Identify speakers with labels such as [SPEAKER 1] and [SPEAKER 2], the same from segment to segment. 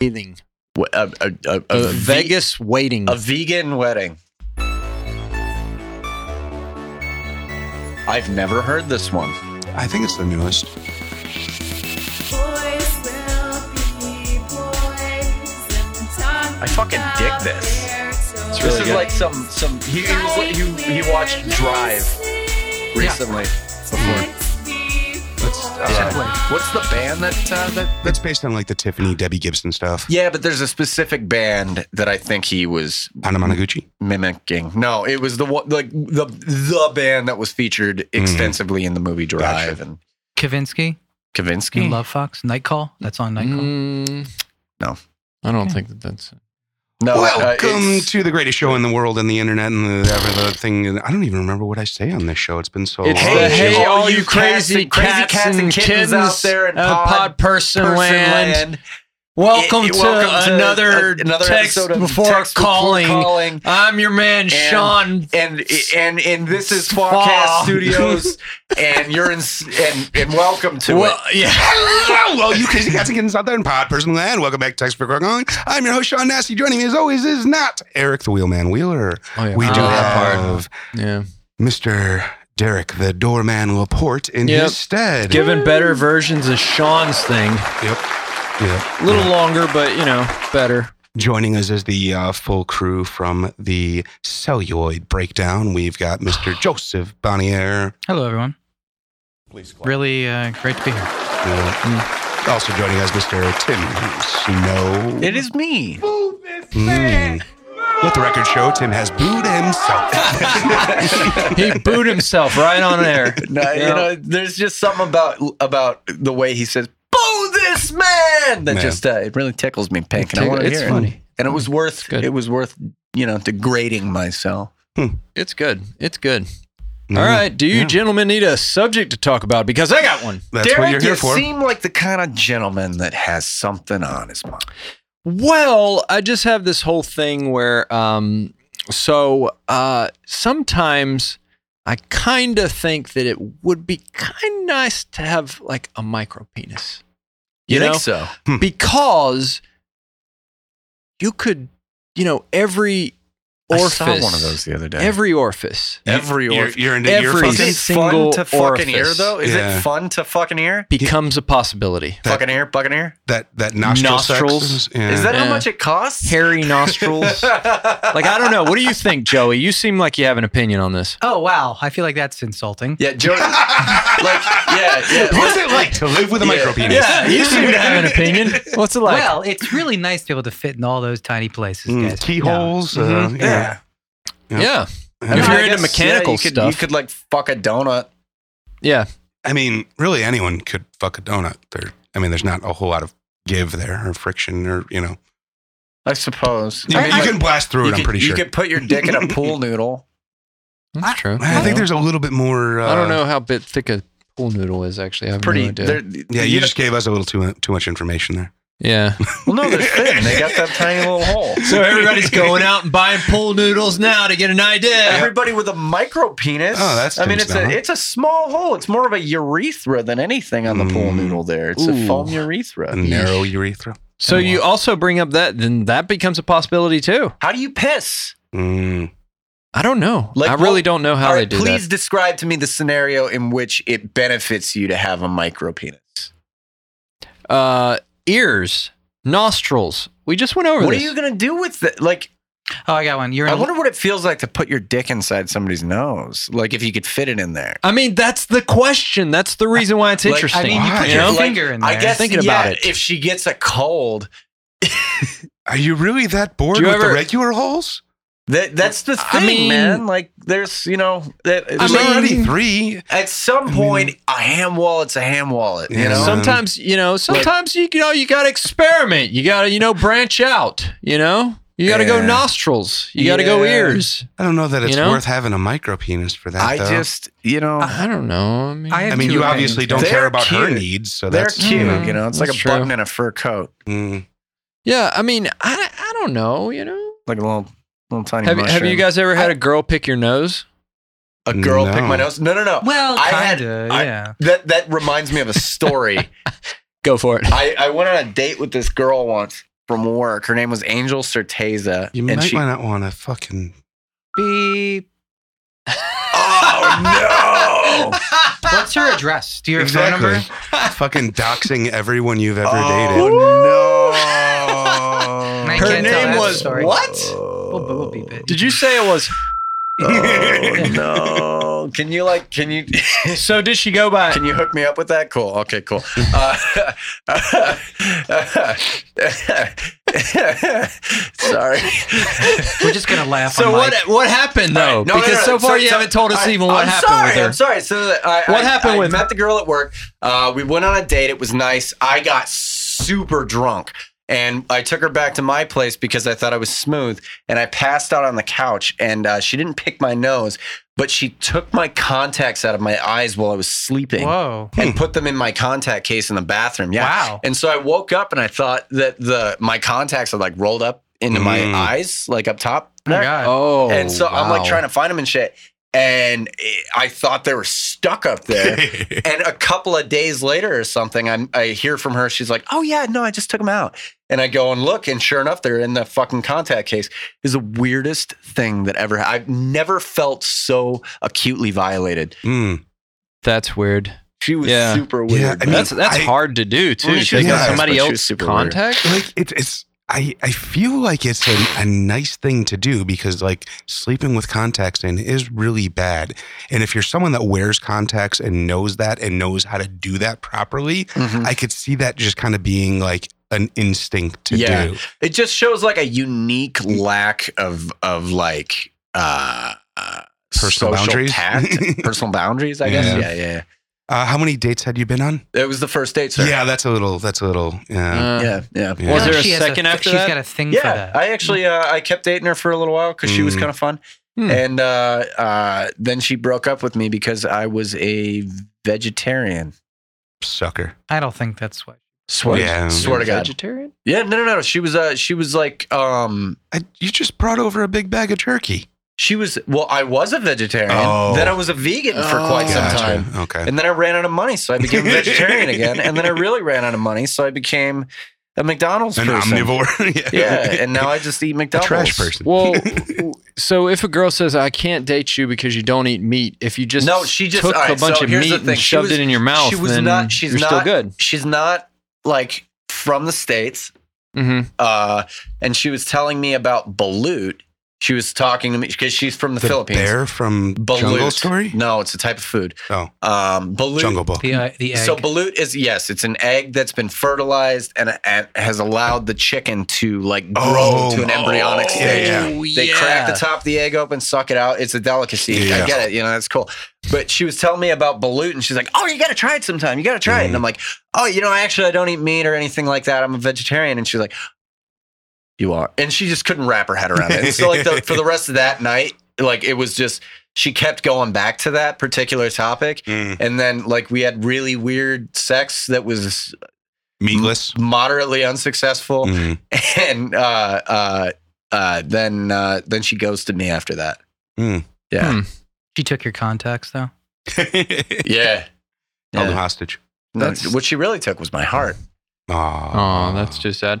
[SPEAKER 1] Waiting.
[SPEAKER 2] Wh- A, a, a, a,
[SPEAKER 1] Uh,
[SPEAKER 2] ve-
[SPEAKER 1] Vegas waiting.
[SPEAKER 2] A vegan wedding. I've never heard this one.
[SPEAKER 3] I think it's the newest.
[SPEAKER 4] I fucking dig this. It's
[SPEAKER 2] this is like some some. He he, was, he, he watched Drive recently.
[SPEAKER 3] That's,
[SPEAKER 2] Yeah.
[SPEAKER 3] uh,
[SPEAKER 2] What's the band that uh, that?
[SPEAKER 3] That's based on like the Tiffany Debbie Gibson stuff.
[SPEAKER 2] Yeah, but there's a specific band that I think he was
[SPEAKER 3] Hana Managuchi.
[SPEAKER 2] mimicking. No, it was the one like the the band that was featured extensively in the movie Drive and
[SPEAKER 5] Kavinsky,
[SPEAKER 2] Kavinsky.
[SPEAKER 5] Love Fox, Night Call. That's on Night Call.
[SPEAKER 2] Hmm.
[SPEAKER 1] Mm,
[SPEAKER 2] No.
[SPEAKER 1] I don't think that that's.
[SPEAKER 2] no, uh,
[SPEAKER 3] Welcome
[SPEAKER 2] it's-
[SPEAKER 3] to the greatest show in the world and the internet and the, every other thing. And I don't even remember what I say on this show. It's been so
[SPEAKER 2] It's
[SPEAKER 3] long.
[SPEAKER 2] the
[SPEAKER 1] hey,
[SPEAKER 2] hey,
[SPEAKER 1] all
[SPEAKER 2] all
[SPEAKER 1] you
[SPEAKER 2] you cats
[SPEAKER 1] crazy
[SPEAKER 2] and- crazy
[SPEAKER 1] cats,
[SPEAKER 2] cats
[SPEAKER 1] and,
[SPEAKER 2] and
[SPEAKER 1] kittens,
[SPEAKER 2] kittens out there in
[SPEAKER 1] uh,
[SPEAKER 2] pod-
[SPEAKER 1] pod person,
[SPEAKER 2] Person
[SPEAKER 1] land.
[SPEAKER 2] Land.
[SPEAKER 1] Welcome,
[SPEAKER 2] It-
[SPEAKER 1] to,
[SPEAKER 2] welcome to
[SPEAKER 1] another,
[SPEAKER 2] a- another
[SPEAKER 1] text,
[SPEAKER 2] episode of
[SPEAKER 1] before,
[SPEAKER 2] Text Before
[SPEAKER 1] calling.
[SPEAKER 2] Calling.
[SPEAKER 1] I'm your man, Sean.
[SPEAKER 2] and and and this is
[SPEAKER 1] Spa.
[SPEAKER 2] Farcast Studios, and you're in s- and and welcome to
[SPEAKER 1] Well,
[SPEAKER 2] it.
[SPEAKER 1] yeah.
[SPEAKER 3] Hello, well, you crazy cats and kittens out there in pod personal land. Welcome back to Text for Quick On. I'm your host, Sean Nasty. Joining me as always is not Eric the Wheelman Wheeler.
[SPEAKER 1] Oh, yeah.
[SPEAKER 3] We do
[SPEAKER 2] Oh, that part.
[SPEAKER 3] have
[SPEAKER 1] Yeah.
[SPEAKER 3] Mr. Derek the Doorman Laporte in
[SPEAKER 1] Yep.
[SPEAKER 3] his stead.
[SPEAKER 1] Given better versions of Sean's thing.
[SPEAKER 3] yep. Yep.
[SPEAKER 1] A little longer, but, you know, better.
[SPEAKER 3] Joining us is the uh, full crew from the Celluloid Breakdown. We've got Mr. Joseph Bonnier.
[SPEAKER 5] Hello, everyone. Really uh, great to be here.
[SPEAKER 3] uh, Also joining us, Mr. Tim Snow.
[SPEAKER 2] It is me.
[SPEAKER 3] Mm. Let the record show Tim has booed himself.
[SPEAKER 1] He booed himself right on air.
[SPEAKER 2] No, you
[SPEAKER 1] Yeah.
[SPEAKER 2] know, there's just something about about the way he says "boo this man" that
[SPEAKER 3] Yeah.
[SPEAKER 2] just uh, it really tickles me pink, and I
[SPEAKER 1] tick-
[SPEAKER 2] want to
[SPEAKER 1] it's
[SPEAKER 2] hear it.
[SPEAKER 1] funny.
[SPEAKER 2] And it was worth
[SPEAKER 1] good.
[SPEAKER 2] it was worth you know degrading myself.
[SPEAKER 1] It's good. It's good.
[SPEAKER 3] Mm.
[SPEAKER 1] All right. Do you gentlemen need a subject to talk about? Because I got one.
[SPEAKER 3] That's
[SPEAKER 2] Derek,
[SPEAKER 3] what you're
[SPEAKER 2] you
[SPEAKER 3] here for.
[SPEAKER 2] seem like the kind of gentleman that has something on his mind.
[SPEAKER 1] Well, I just have this whole thing where, um, so uh, sometimes I kind of think that it would be kind of nice to have like a micro penis. You, know? Hmm.
[SPEAKER 2] so?
[SPEAKER 1] Because you could, you know, every
[SPEAKER 2] I
[SPEAKER 1] orifice,
[SPEAKER 2] saw one of those the other day.
[SPEAKER 1] every orifice,
[SPEAKER 2] every
[SPEAKER 3] you're,
[SPEAKER 2] orifice.
[SPEAKER 3] you're into
[SPEAKER 1] Every-
[SPEAKER 3] ear
[SPEAKER 2] Is it
[SPEAKER 3] fucking?
[SPEAKER 1] single
[SPEAKER 2] fun to fucking
[SPEAKER 1] orifice.
[SPEAKER 2] ear though? Is
[SPEAKER 3] Yeah.
[SPEAKER 2] it fun to fucking ear?
[SPEAKER 1] becomes a possibility.
[SPEAKER 3] That-
[SPEAKER 2] Fucking ear, fucking ear.
[SPEAKER 3] that that nostril
[SPEAKER 1] Nostrils.
[SPEAKER 3] sex? Yeah.
[SPEAKER 2] Is that
[SPEAKER 1] Yeah.
[SPEAKER 2] how much it costs?
[SPEAKER 1] Hairy nostrils. like I don't know. What do you think, Joey? You seem like you have an opinion on this.
[SPEAKER 5] Oh wow, I feel like that's insulting.
[SPEAKER 2] Yeah, Joey. like, yeah, yeah.
[SPEAKER 3] What's it like to live with a
[SPEAKER 2] Yeah.
[SPEAKER 3] micro penis?
[SPEAKER 1] Yeah, you seem to have an opinion. What's it like?
[SPEAKER 5] well, it's really nice to be able to fit in all those tiny places,
[SPEAKER 3] Mm,
[SPEAKER 5] guys. Mm-hmm.
[SPEAKER 3] Keyholes. Uh,
[SPEAKER 2] Yeah.
[SPEAKER 3] yeah.
[SPEAKER 1] yeah.
[SPEAKER 3] I mean,
[SPEAKER 1] If you're
[SPEAKER 2] I
[SPEAKER 1] into
[SPEAKER 2] guess,
[SPEAKER 1] mechanical
[SPEAKER 2] you could,
[SPEAKER 1] stuff.
[SPEAKER 2] you could like fuck a donut.
[SPEAKER 1] Yeah.
[SPEAKER 3] I mean, really, anyone could fuck a donut. There, I mean, there's not a whole lot of give there or friction or you know.
[SPEAKER 2] I suppose.
[SPEAKER 3] You,
[SPEAKER 2] I mean,
[SPEAKER 3] you
[SPEAKER 2] like,
[SPEAKER 3] can blast
[SPEAKER 2] you
[SPEAKER 3] through it. I'm
[SPEAKER 2] could-
[SPEAKER 3] pretty
[SPEAKER 2] you
[SPEAKER 3] sure.
[SPEAKER 2] could put your dick in a pool noodle.
[SPEAKER 1] That's true.
[SPEAKER 3] I think there's a little bit more. Uh,
[SPEAKER 1] I don't know how bit thick a pool noodle is actually. I have
[SPEAKER 2] Pretty.
[SPEAKER 1] no idea.
[SPEAKER 2] they're-
[SPEAKER 3] Yeah, you just gave us a little too too much information there.
[SPEAKER 1] yeah.
[SPEAKER 2] Well, no, they're thin. They got that tiny little hole.
[SPEAKER 1] So everybody's going out and buying pool noodles now to get an idea.
[SPEAKER 2] Everybody with a micro penis.
[SPEAKER 3] Oh, that's
[SPEAKER 2] I mean,
[SPEAKER 3] Tim's
[SPEAKER 2] it's a
[SPEAKER 3] donut.
[SPEAKER 2] it's a small hole. It's more of a urethra than anything on the pool
[SPEAKER 3] Mm.
[SPEAKER 2] noodle. There, it's
[SPEAKER 1] Ooh.
[SPEAKER 2] a foam urethra.
[SPEAKER 3] A narrow urethra.
[SPEAKER 1] So you also bring up that then that becomes a possibility too.
[SPEAKER 2] How do you piss?
[SPEAKER 3] Mm.
[SPEAKER 1] I don't know.
[SPEAKER 2] Like,
[SPEAKER 1] I really
[SPEAKER 2] well,
[SPEAKER 1] don't know how
[SPEAKER 2] All
[SPEAKER 1] they
[SPEAKER 2] right,
[SPEAKER 1] do
[SPEAKER 2] please describe to me the scenario in which it benefits you to have a micro penis.
[SPEAKER 1] that. Uh, ears, nostrils. We just went over
[SPEAKER 2] What
[SPEAKER 1] this.
[SPEAKER 2] are you gonna do with it? Like,
[SPEAKER 5] Oh, I got one. You're
[SPEAKER 2] I
[SPEAKER 5] in,
[SPEAKER 2] wonder what it feels like to put your dick inside somebody's nose. Like, if you could fit it in there.
[SPEAKER 1] I mean, that's the question. That's the reason why it's
[SPEAKER 2] Like, I
[SPEAKER 1] interesting.
[SPEAKER 5] mean, you
[SPEAKER 3] Why?
[SPEAKER 5] put
[SPEAKER 1] You
[SPEAKER 5] your
[SPEAKER 1] know?
[SPEAKER 5] finger in there.
[SPEAKER 2] I guess
[SPEAKER 1] Thinking
[SPEAKER 2] yeah,
[SPEAKER 1] about it.
[SPEAKER 2] If she gets a cold,
[SPEAKER 3] Are you really that bored
[SPEAKER 1] Do
[SPEAKER 3] with
[SPEAKER 1] you
[SPEAKER 3] the
[SPEAKER 1] ever-
[SPEAKER 3] regular holes?
[SPEAKER 2] that that's the
[SPEAKER 1] I
[SPEAKER 2] thing,
[SPEAKER 1] mean-
[SPEAKER 2] man. Like, there's you know, that,
[SPEAKER 3] There's
[SPEAKER 1] mean-
[SPEAKER 3] already three.
[SPEAKER 2] at some point, a ham wallet's a ham wallet. You
[SPEAKER 3] Yeah.
[SPEAKER 2] know,
[SPEAKER 3] Some-
[SPEAKER 1] sometimes you know sometimes you, know you gotta experiment you gotta you know branch out you know you gotta go
[SPEAKER 2] Yeah.
[SPEAKER 1] nostrils you gotta go
[SPEAKER 2] Yeah.
[SPEAKER 1] ears
[SPEAKER 3] I don't know that it's
[SPEAKER 1] You know?
[SPEAKER 3] worth having a micro penis for that.
[SPEAKER 2] I
[SPEAKER 3] though.
[SPEAKER 2] just you know.
[SPEAKER 1] i don't know i mean
[SPEAKER 5] I
[SPEAKER 3] I
[SPEAKER 5] have
[SPEAKER 3] mean,
[SPEAKER 5] two
[SPEAKER 3] you
[SPEAKER 5] opinions.
[SPEAKER 3] obviously don't
[SPEAKER 2] They're
[SPEAKER 3] care about her
[SPEAKER 2] cute.
[SPEAKER 3] needs, so
[SPEAKER 2] They're
[SPEAKER 3] that's
[SPEAKER 2] cute,
[SPEAKER 3] You know,
[SPEAKER 2] you know. It's
[SPEAKER 1] That's
[SPEAKER 2] like a
[SPEAKER 1] true.
[SPEAKER 2] button in a fur coat,
[SPEAKER 3] mm.
[SPEAKER 1] yeah i mean i, I don't know you know
[SPEAKER 2] like a little little tiny.
[SPEAKER 1] have, you- have you
[SPEAKER 2] mushroom.
[SPEAKER 1] guys ever had a girl pick your nose
[SPEAKER 2] a girl pick
[SPEAKER 3] No.
[SPEAKER 2] my nose? No, no, no.
[SPEAKER 5] Well,
[SPEAKER 2] I had-
[SPEAKER 5] kinda,
[SPEAKER 2] I-
[SPEAKER 5] yeah.
[SPEAKER 2] That that reminds me of a story.
[SPEAKER 1] go for it
[SPEAKER 2] I, I went on a date with this girl once, from work. Her name was Angel Certeza.
[SPEAKER 3] You
[SPEAKER 2] and
[SPEAKER 3] might
[SPEAKER 2] she,
[SPEAKER 3] not want to fucking.
[SPEAKER 5] Beep.
[SPEAKER 2] oh, no.
[SPEAKER 5] What's your address? Do you have a phone number?
[SPEAKER 3] fucking doxing everyone you've ever dated.
[SPEAKER 2] Oh,
[SPEAKER 5] I
[SPEAKER 2] no.
[SPEAKER 5] can't tell that story.
[SPEAKER 1] what?
[SPEAKER 5] We'll, we'll beep it.
[SPEAKER 1] Did you say it was?
[SPEAKER 2] Oh, no. Can you, like, can you.
[SPEAKER 1] So did she go by?
[SPEAKER 2] Can you hook me up with that? Cool. Okay, cool. Uh, sorry.
[SPEAKER 5] We're just gonna laugh.
[SPEAKER 1] So
[SPEAKER 5] on
[SPEAKER 1] what?
[SPEAKER 5] mic.
[SPEAKER 1] What happened though?
[SPEAKER 2] No, no,
[SPEAKER 1] because
[SPEAKER 2] no,
[SPEAKER 1] so
[SPEAKER 2] no.
[SPEAKER 1] far you
[SPEAKER 2] so-
[SPEAKER 1] haven't told us
[SPEAKER 2] I-
[SPEAKER 1] even what
[SPEAKER 2] I'm
[SPEAKER 1] happened
[SPEAKER 2] sorry,
[SPEAKER 1] with her.
[SPEAKER 2] I'm sorry. So uh, I,
[SPEAKER 1] What
[SPEAKER 2] I-
[SPEAKER 1] happened
[SPEAKER 2] I
[SPEAKER 1] with her?
[SPEAKER 2] met the girl at work. Uh, we went on a date. It was nice. I got super drunk. And I took her back to my place because I thought I was smooth. And I passed out on the couch. And uh, she didn't pick my nose, but she took my contacts out of my eyes while I was sleeping
[SPEAKER 5] Whoa.
[SPEAKER 2] and put them in my contact case in the bathroom. e- Yeah.
[SPEAKER 5] Wow. Oh
[SPEAKER 2] And so I woke up and I thought that the my contacts had like rolled up into
[SPEAKER 3] Mm.
[SPEAKER 2] my eyes, like up top.
[SPEAKER 5] Oh my God.
[SPEAKER 1] Oh,
[SPEAKER 2] and so I'm like
[SPEAKER 1] wow.
[SPEAKER 2] trying to find them and shit. And it- I thought they were stuck up there. and a couple of days later or something, I I hear from her. She's like, "Oh yeah, no, I just took them out." And I go and look, and sure enough, they're in the fucking contact case. Is the weirdest thing that ever. I've never felt so acutely violated.
[SPEAKER 3] Mm.
[SPEAKER 1] That's weird.
[SPEAKER 2] She was
[SPEAKER 1] Yeah.
[SPEAKER 2] super
[SPEAKER 3] Yeah,
[SPEAKER 2] weird.
[SPEAKER 3] I
[SPEAKER 2] bro.
[SPEAKER 3] mean,
[SPEAKER 1] That's that's
[SPEAKER 3] I-
[SPEAKER 1] hard to do too.
[SPEAKER 2] Well, she
[SPEAKER 1] Take
[SPEAKER 3] was,
[SPEAKER 1] out somebody
[SPEAKER 2] but she was
[SPEAKER 1] else's
[SPEAKER 2] super weird.
[SPEAKER 1] contact.
[SPEAKER 3] Like it, it's. I, I feel like it's a, a nice thing to do because like sleeping with contacts in is really bad. And if you're someone that wears contacts and knows that and knows how to do that properly,
[SPEAKER 2] Mhm.
[SPEAKER 3] I could see that just kind of being like an instinct to
[SPEAKER 2] Yeah.
[SPEAKER 3] do.
[SPEAKER 2] it just shows like a unique lack of of like uh, uh
[SPEAKER 3] Personal
[SPEAKER 2] social
[SPEAKER 3] boundaries?
[SPEAKER 2] tact, personal boundaries i guess
[SPEAKER 3] Yeah.
[SPEAKER 2] yeah yeah
[SPEAKER 3] Uh, how many dates had you been on?
[SPEAKER 2] yeah it was the first date sir
[SPEAKER 3] Yeah, Mm, that's a little. That's a little. Yeah.
[SPEAKER 1] Uh,
[SPEAKER 2] yeah yeah
[SPEAKER 3] Yeah.
[SPEAKER 1] Was there a
[SPEAKER 5] She has
[SPEAKER 1] second after
[SPEAKER 5] She's
[SPEAKER 1] that?
[SPEAKER 5] got a thing for
[SPEAKER 2] yeah
[SPEAKER 5] that.
[SPEAKER 2] i actually uh, i kept dating her for a little while because she was
[SPEAKER 3] Mm.
[SPEAKER 2] kind of fun
[SPEAKER 1] Hmm.
[SPEAKER 2] and uh uh then she broke up with me because i was a vegetarian
[SPEAKER 3] Sucker.
[SPEAKER 5] I don't think that's what.
[SPEAKER 2] swear
[SPEAKER 3] Yeah.
[SPEAKER 2] swear to god
[SPEAKER 1] Vegetarian?
[SPEAKER 2] yeah no no no she was uh she was like um
[SPEAKER 3] I, you just brought over a big bag of turkey.
[SPEAKER 2] she was well i was a vegetarian
[SPEAKER 3] Oh.
[SPEAKER 2] then i was a vegan for quite some
[SPEAKER 3] Gotcha.
[SPEAKER 2] time
[SPEAKER 3] Okay.
[SPEAKER 2] And then I ran out of money, so I became a vegetarian again. And then I really ran out of money, so I became a McDonald's
[SPEAKER 3] An
[SPEAKER 2] person.
[SPEAKER 3] omnivore.
[SPEAKER 2] Yeah, and now I just eat
[SPEAKER 3] a
[SPEAKER 2] McDonald's.
[SPEAKER 3] trash person.
[SPEAKER 1] Well, w- so if a girl says I can't date you because you don't eat meat, if you just
[SPEAKER 2] No, she just-
[SPEAKER 1] took
[SPEAKER 2] all right,
[SPEAKER 1] a bunch
[SPEAKER 2] so
[SPEAKER 1] of
[SPEAKER 2] here's
[SPEAKER 1] meat
[SPEAKER 2] the thing.
[SPEAKER 1] and
[SPEAKER 2] She
[SPEAKER 1] shoved
[SPEAKER 2] was-
[SPEAKER 1] it in your mouth,
[SPEAKER 2] she was
[SPEAKER 1] then
[SPEAKER 2] not- she's
[SPEAKER 1] you're still
[SPEAKER 2] not-
[SPEAKER 1] good.
[SPEAKER 2] She's not like from the states,
[SPEAKER 1] hmm
[SPEAKER 2] uh, and she was telling me about balut. She was talking to me because she's from the,
[SPEAKER 3] the
[SPEAKER 2] Philippines.
[SPEAKER 3] bear from
[SPEAKER 2] Balut.
[SPEAKER 3] Jungle Story.
[SPEAKER 2] No, it's a type of food.
[SPEAKER 3] Oh,
[SPEAKER 2] Um, balut.
[SPEAKER 3] Jungle Book.
[SPEAKER 5] The, uh, the egg.
[SPEAKER 2] So balut is yes, it's an egg that's been fertilized and, and has allowed the chicken to like grow
[SPEAKER 3] Oh,
[SPEAKER 2] to an embryonic
[SPEAKER 3] oh,
[SPEAKER 2] stage.
[SPEAKER 3] yeah,
[SPEAKER 2] They crack the top of the egg open, suck it out. It's a delicacy.
[SPEAKER 3] Yeah.
[SPEAKER 2] I get it. You know, that's cool. But she was telling me about balut and she's like, Oh, you got to try it sometime. You got to try it. And
[SPEAKER 3] Mm-hmm.
[SPEAKER 2] I'm like, Oh, you know, actually, I don't eat meat or anything like that. I'm a vegetarian. And she's like, You are. And she just couldn't wrap her head around it. And so, like, the, for the rest of that night, like, it was just, she kept going back to that particular topic.
[SPEAKER 3] Mm.
[SPEAKER 2] And then, like, we had really weird sex that was
[SPEAKER 3] Meatless.
[SPEAKER 2] moderately unsuccessful
[SPEAKER 3] Mm.
[SPEAKER 2] and uh, uh, uh, then uh, then she ghosted me after that.
[SPEAKER 3] Hmm.
[SPEAKER 2] Yeah,
[SPEAKER 1] Hmm.
[SPEAKER 5] she took your contacts though.
[SPEAKER 3] Mm. Held
[SPEAKER 2] yeah.
[SPEAKER 3] him
[SPEAKER 2] yeah.
[SPEAKER 3] hostage.
[SPEAKER 2] No,
[SPEAKER 1] That's-
[SPEAKER 2] what she really took was my heart.
[SPEAKER 3] Aw.
[SPEAKER 1] Oh, that's too sad.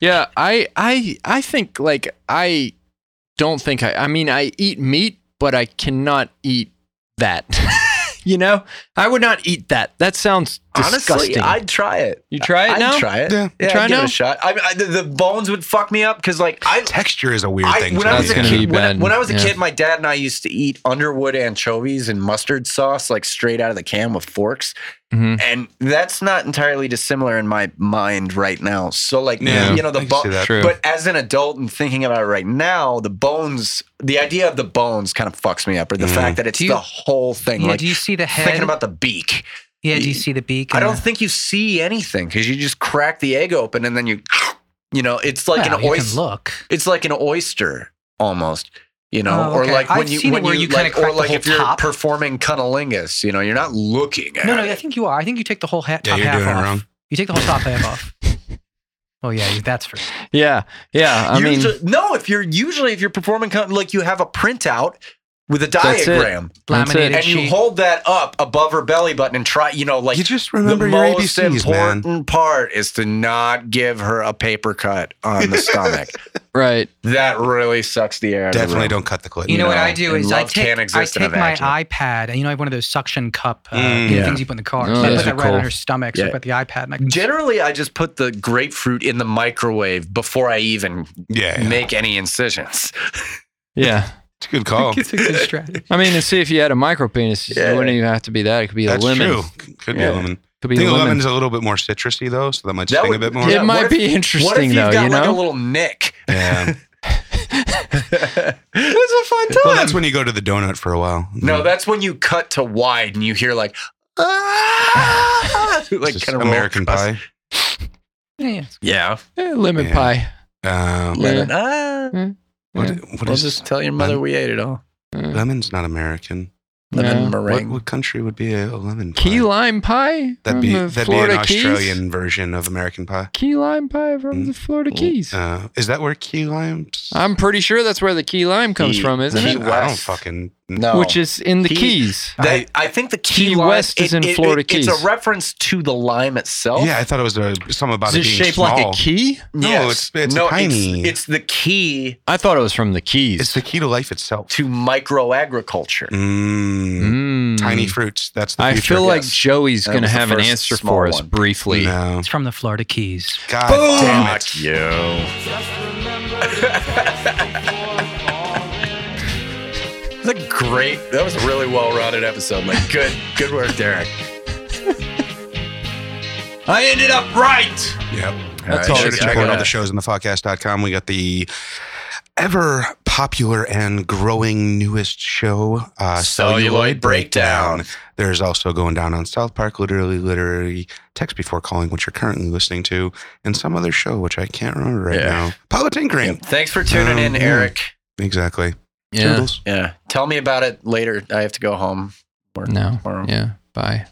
[SPEAKER 1] Yeah, I I I think like I don't think I I mean I eat meat, but I cannot eat that. you know? I would not eat that. That sounds disgusting.
[SPEAKER 2] Honestly, I'd try it.
[SPEAKER 1] you try it
[SPEAKER 2] I'd
[SPEAKER 1] now?
[SPEAKER 2] try it.
[SPEAKER 3] Yeah.
[SPEAKER 2] Yeah,
[SPEAKER 1] Try
[SPEAKER 2] I'd give
[SPEAKER 1] now?
[SPEAKER 2] it a shot. I, I, the, the bones would fuck me up because like I.
[SPEAKER 3] Texture is a weird
[SPEAKER 2] I,
[SPEAKER 3] thing.
[SPEAKER 2] when
[SPEAKER 3] to
[SPEAKER 2] I
[SPEAKER 3] me.
[SPEAKER 2] was a
[SPEAKER 1] That's
[SPEAKER 3] Yeah.
[SPEAKER 1] gonna be
[SPEAKER 2] kid, when, I-
[SPEAKER 1] bad.
[SPEAKER 2] when I was a
[SPEAKER 1] Yeah.
[SPEAKER 2] kid, my dad and I used to eat Underwood anchovies and mustard sauce like straight out of the can with forks,
[SPEAKER 1] Mhm.
[SPEAKER 2] and that's not entirely dissimilar in my mind right now. So like
[SPEAKER 3] Yeah,
[SPEAKER 2] you know the
[SPEAKER 3] I can see
[SPEAKER 2] bone,
[SPEAKER 3] that.
[SPEAKER 1] True.
[SPEAKER 2] But as an adult and thinking about it right now, the bones, the idea of the bones kind of fucks me up, or the
[SPEAKER 1] Mm-hmm.
[SPEAKER 3] Mhm.
[SPEAKER 2] fact that it's
[SPEAKER 5] Do you-
[SPEAKER 2] the whole thing.
[SPEAKER 5] Yeah.
[SPEAKER 2] like
[SPEAKER 5] do you see the head?
[SPEAKER 2] thinking about the beak.
[SPEAKER 5] yeah. Do you see the beak?
[SPEAKER 2] I
[SPEAKER 5] and
[SPEAKER 2] don't
[SPEAKER 5] the-
[SPEAKER 2] think you see anything because you just crack the egg open and then you, you know, it's like an
[SPEAKER 5] Well, you can
[SPEAKER 2] oyster.
[SPEAKER 5] Look.
[SPEAKER 2] It's like an oyster almost. You know,
[SPEAKER 5] Oh, okay.
[SPEAKER 2] or like
[SPEAKER 5] I've
[SPEAKER 2] when you
[SPEAKER 5] seen it
[SPEAKER 2] when
[SPEAKER 5] where
[SPEAKER 2] you,
[SPEAKER 5] you kinda
[SPEAKER 2] like,
[SPEAKER 5] crack
[SPEAKER 2] or
[SPEAKER 5] the
[SPEAKER 2] like
[SPEAKER 5] whole
[SPEAKER 2] if you're
[SPEAKER 5] top.
[SPEAKER 2] performing cunnilingus, you know, you're not looking at
[SPEAKER 5] No, no.
[SPEAKER 2] it.
[SPEAKER 5] I think you are. I think you take the whole ha-
[SPEAKER 3] Yeah,
[SPEAKER 5] top
[SPEAKER 3] you're
[SPEAKER 5] half
[SPEAKER 3] doing it
[SPEAKER 5] off.
[SPEAKER 3] wrong.
[SPEAKER 5] You take the whole top half off. Oh yeah, you- that's for
[SPEAKER 1] yeah. Yeah. I mean
[SPEAKER 2] Usually- no, if you're usually if you're performing cunt, like you have a printout with a
[SPEAKER 1] That's it.
[SPEAKER 2] diagram.
[SPEAKER 1] Laminated
[SPEAKER 5] Laminated
[SPEAKER 2] And you hold that up above her belly button and try, you know, like
[SPEAKER 3] you just remember
[SPEAKER 2] the
[SPEAKER 3] your
[SPEAKER 2] most
[SPEAKER 3] ABCs, man.
[SPEAKER 2] important part is to not give her a paper cut on the stomach.
[SPEAKER 1] Right.
[SPEAKER 2] that really sucks the air. out of the
[SPEAKER 3] Definitely
[SPEAKER 2] room.
[SPEAKER 3] don't cut the clip.
[SPEAKER 2] You
[SPEAKER 5] you know what
[SPEAKER 2] know,
[SPEAKER 5] I do
[SPEAKER 2] and
[SPEAKER 5] is I
[SPEAKER 2] love
[SPEAKER 5] take,
[SPEAKER 2] can't
[SPEAKER 5] I
[SPEAKER 2] exist in a
[SPEAKER 5] take my
[SPEAKER 2] vacuum.
[SPEAKER 5] iPad and you know I have one of those suction cup uh,
[SPEAKER 3] Mm.
[SPEAKER 5] you know,
[SPEAKER 2] Yeah.
[SPEAKER 5] things you put in the car.
[SPEAKER 1] Oh,
[SPEAKER 5] so I
[SPEAKER 1] those
[SPEAKER 5] put that
[SPEAKER 1] are
[SPEAKER 5] right
[SPEAKER 1] cool.
[SPEAKER 5] on her stomach. So I
[SPEAKER 2] Yeah.
[SPEAKER 5] put the iPad and I can
[SPEAKER 2] Generally, I just put the grapefruit in the microwave before I even
[SPEAKER 3] Yeah, yeah.
[SPEAKER 2] make any incisions.
[SPEAKER 1] Yeah.
[SPEAKER 3] it's a good call.
[SPEAKER 5] it's a good strategy.
[SPEAKER 1] I mean, and see if you had a micro penis,
[SPEAKER 2] Yeah.
[SPEAKER 1] it wouldn't even have to be that. It could be
[SPEAKER 3] That's
[SPEAKER 1] a lemon.
[SPEAKER 3] true. Could be
[SPEAKER 2] Yeah.
[SPEAKER 3] a lemon.
[SPEAKER 1] Could
[SPEAKER 3] I
[SPEAKER 1] be
[SPEAKER 3] think
[SPEAKER 1] a
[SPEAKER 3] a
[SPEAKER 1] lemon.
[SPEAKER 3] lemon's a little bit more citrusy though, so that might
[SPEAKER 2] That
[SPEAKER 3] sting
[SPEAKER 2] would-
[SPEAKER 3] a bit more.
[SPEAKER 2] Yeah,
[SPEAKER 1] it
[SPEAKER 2] what
[SPEAKER 1] might
[SPEAKER 2] if-
[SPEAKER 1] be
[SPEAKER 2] What if
[SPEAKER 1] interesting
[SPEAKER 2] you've
[SPEAKER 1] though.
[SPEAKER 2] got
[SPEAKER 1] you
[SPEAKER 2] like a
[SPEAKER 1] know.
[SPEAKER 2] little nick?
[SPEAKER 3] Yeah.
[SPEAKER 2] it's a fun time.
[SPEAKER 3] well, that's when you go to the donut for a while.
[SPEAKER 2] no, that's when you cut to wide and you hear like, ah! like
[SPEAKER 3] Just
[SPEAKER 2] kind of
[SPEAKER 3] American Pie.
[SPEAKER 5] Yeah, yeah.
[SPEAKER 2] Yeah.
[SPEAKER 1] Eh, lemon
[SPEAKER 3] Yeah.
[SPEAKER 1] pie.
[SPEAKER 3] Uh,
[SPEAKER 1] Yeah.
[SPEAKER 2] Lemon. Ah.
[SPEAKER 3] what,
[SPEAKER 1] Yeah.
[SPEAKER 3] what
[SPEAKER 2] We'll
[SPEAKER 3] is
[SPEAKER 2] just tell your mother
[SPEAKER 3] Lemon-
[SPEAKER 2] we ate it all.
[SPEAKER 1] Uh,
[SPEAKER 3] lemon's not American.
[SPEAKER 2] Lemon
[SPEAKER 1] Yeah.
[SPEAKER 3] What,
[SPEAKER 2] meringue.
[SPEAKER 3] what country would be a, a lemon pie?
[SPEAKER 1] key lime pie. from
[SPEAKER 3] That'd be
[SPEAKER 1] the
[SPEAKER 3] that'd
[SPEAKER 1] Florida
[SPEAKER 3] be an
[SPEAKER 1] Keys?
[SPEAKER 3] Australian version of American Pie.
[SPEAKER 1] Key lime pie from the Florida Keys. Uh,
[SPEAKER 3] Uh, is that where key limes?
[SPEAKER 1] I'm pretty sure that's where the key lime comes
[SPEAKER 2] Key-
[SPEAKER 1] from, isn't
[SPEAKER 3] I
[SPEAKER 2] Key
[SPEAKER 1] it?
[SPEAKER 3] don't
[SPEAKER 2] West.
[SPEAKER 3] fucking.
[SPEAKER 2] no.
[SPEAKER 1] Which is in the
[SPEAKER 2] Key-
[SPEAKER 1] Keys.
[SPEAKER 2] That, I, think the key,
[SPEAKER 1] Key
[SPEAKER 2] lime-
[SPEAKER 1] West is in Florida
[SPEAKER 2] It's
[SPEAKER 1] Keys.
[SPEAKER 2] a reference to the lime itself.
[SPEAKER 3] Yeah, I thought it was a, something about
[SPEAKER 1] Is
[SPEAKER 3] it
[SPEAKER 1] it
[SPEAKER 3] being
[SPEAKER 1] shaped
[SPEAKER 3] small.
[SPEAKER 1] like a key?
[SPEAKER 3] No, it's- it's
[SPEAKER 2] no,
[SPEAKER 3] tiny.
[SPEAKER 2] It's, it's the key
[SPEAKER 1] I thought it was from the Keys.
[SPEAKER 3] It's the key to life itself.
[SPEAKER 2] to micro agriculture.
[SPEAKER 3] Mm,
[SPEAKER 1] Mm.
[SPEAKER 3] Tiny fruits. That's the
[SPEAKER 1] I
[SPEAKER 3] future.
[SPEAKER 1] feel like
[SPEAKER 2] yes.
[SPEAKER 1] Joey's
[SPEAKER 2] That
[SPEAKER 1] going to
[SPEAKER 2] was the
[SPEAKER 1] have an
[SPEAKER 2] first
[SPEAKER 1] answer
[SPEAKER 2] small
[SPEAKER 1] for us
[SPEAKER 2] one.
[SPEAKER 1] briefly.
[SPEAKER 3] No.
[SPEAKER 5] It's from the Florida Keys.
[SPEAKER 3] God
[SPEAKER 2] Boom!
[SPEAKER 1] Oh.
[SPEAKER 3] damn it.
[SPEAKER 2] Fuck you. That's a great. That was a really well rounded episode. Like good, good work, Derek. I ended up right.
[SPEAKER 3] Yep.
[SPEAKER 2] That's
[SPEAKER 3] Be
[SPEAKER 2] all
[SPEAKER 3] sure
[SPEAKER 2] we
[SPEAKER 3] to
[SPEAKER 2] got.
[SPEAKER 3] check out all
[SPEAKER 2] Yeah.
[SPEAKER 3] the shows on the podcast.com. We got the ever popular and growing newest show, uh,
[SPEAKER 2] Celluloid Breakdown.
[SPEAKER 3] There's also going down on South Park, literally, literally, text before calling, which you're currently listening to, and some other show, which I can't remember right
[SPEAKER 2] Yeah.
[SPEAKER 3] now. Politinkering.
[SPEAKER 2] Thanks for tuning
[SPEAKER 3] Um,
[SPEAKER 2] in,
[SPEAKER 3] yeah.
[SPEAKER 2] Eric.
[SPEAKER 3] Exactly.
[SPEAKER 1] Yeah.
[SPEAKER 3] Toodles.
[SPEAKER 2] Yeah. Tell me about it later. I have to go home.
[SPEAKER 1] No.
[SPEAKER 2] Tomorrow.
[SPEAKER 1] Yeah. Bye.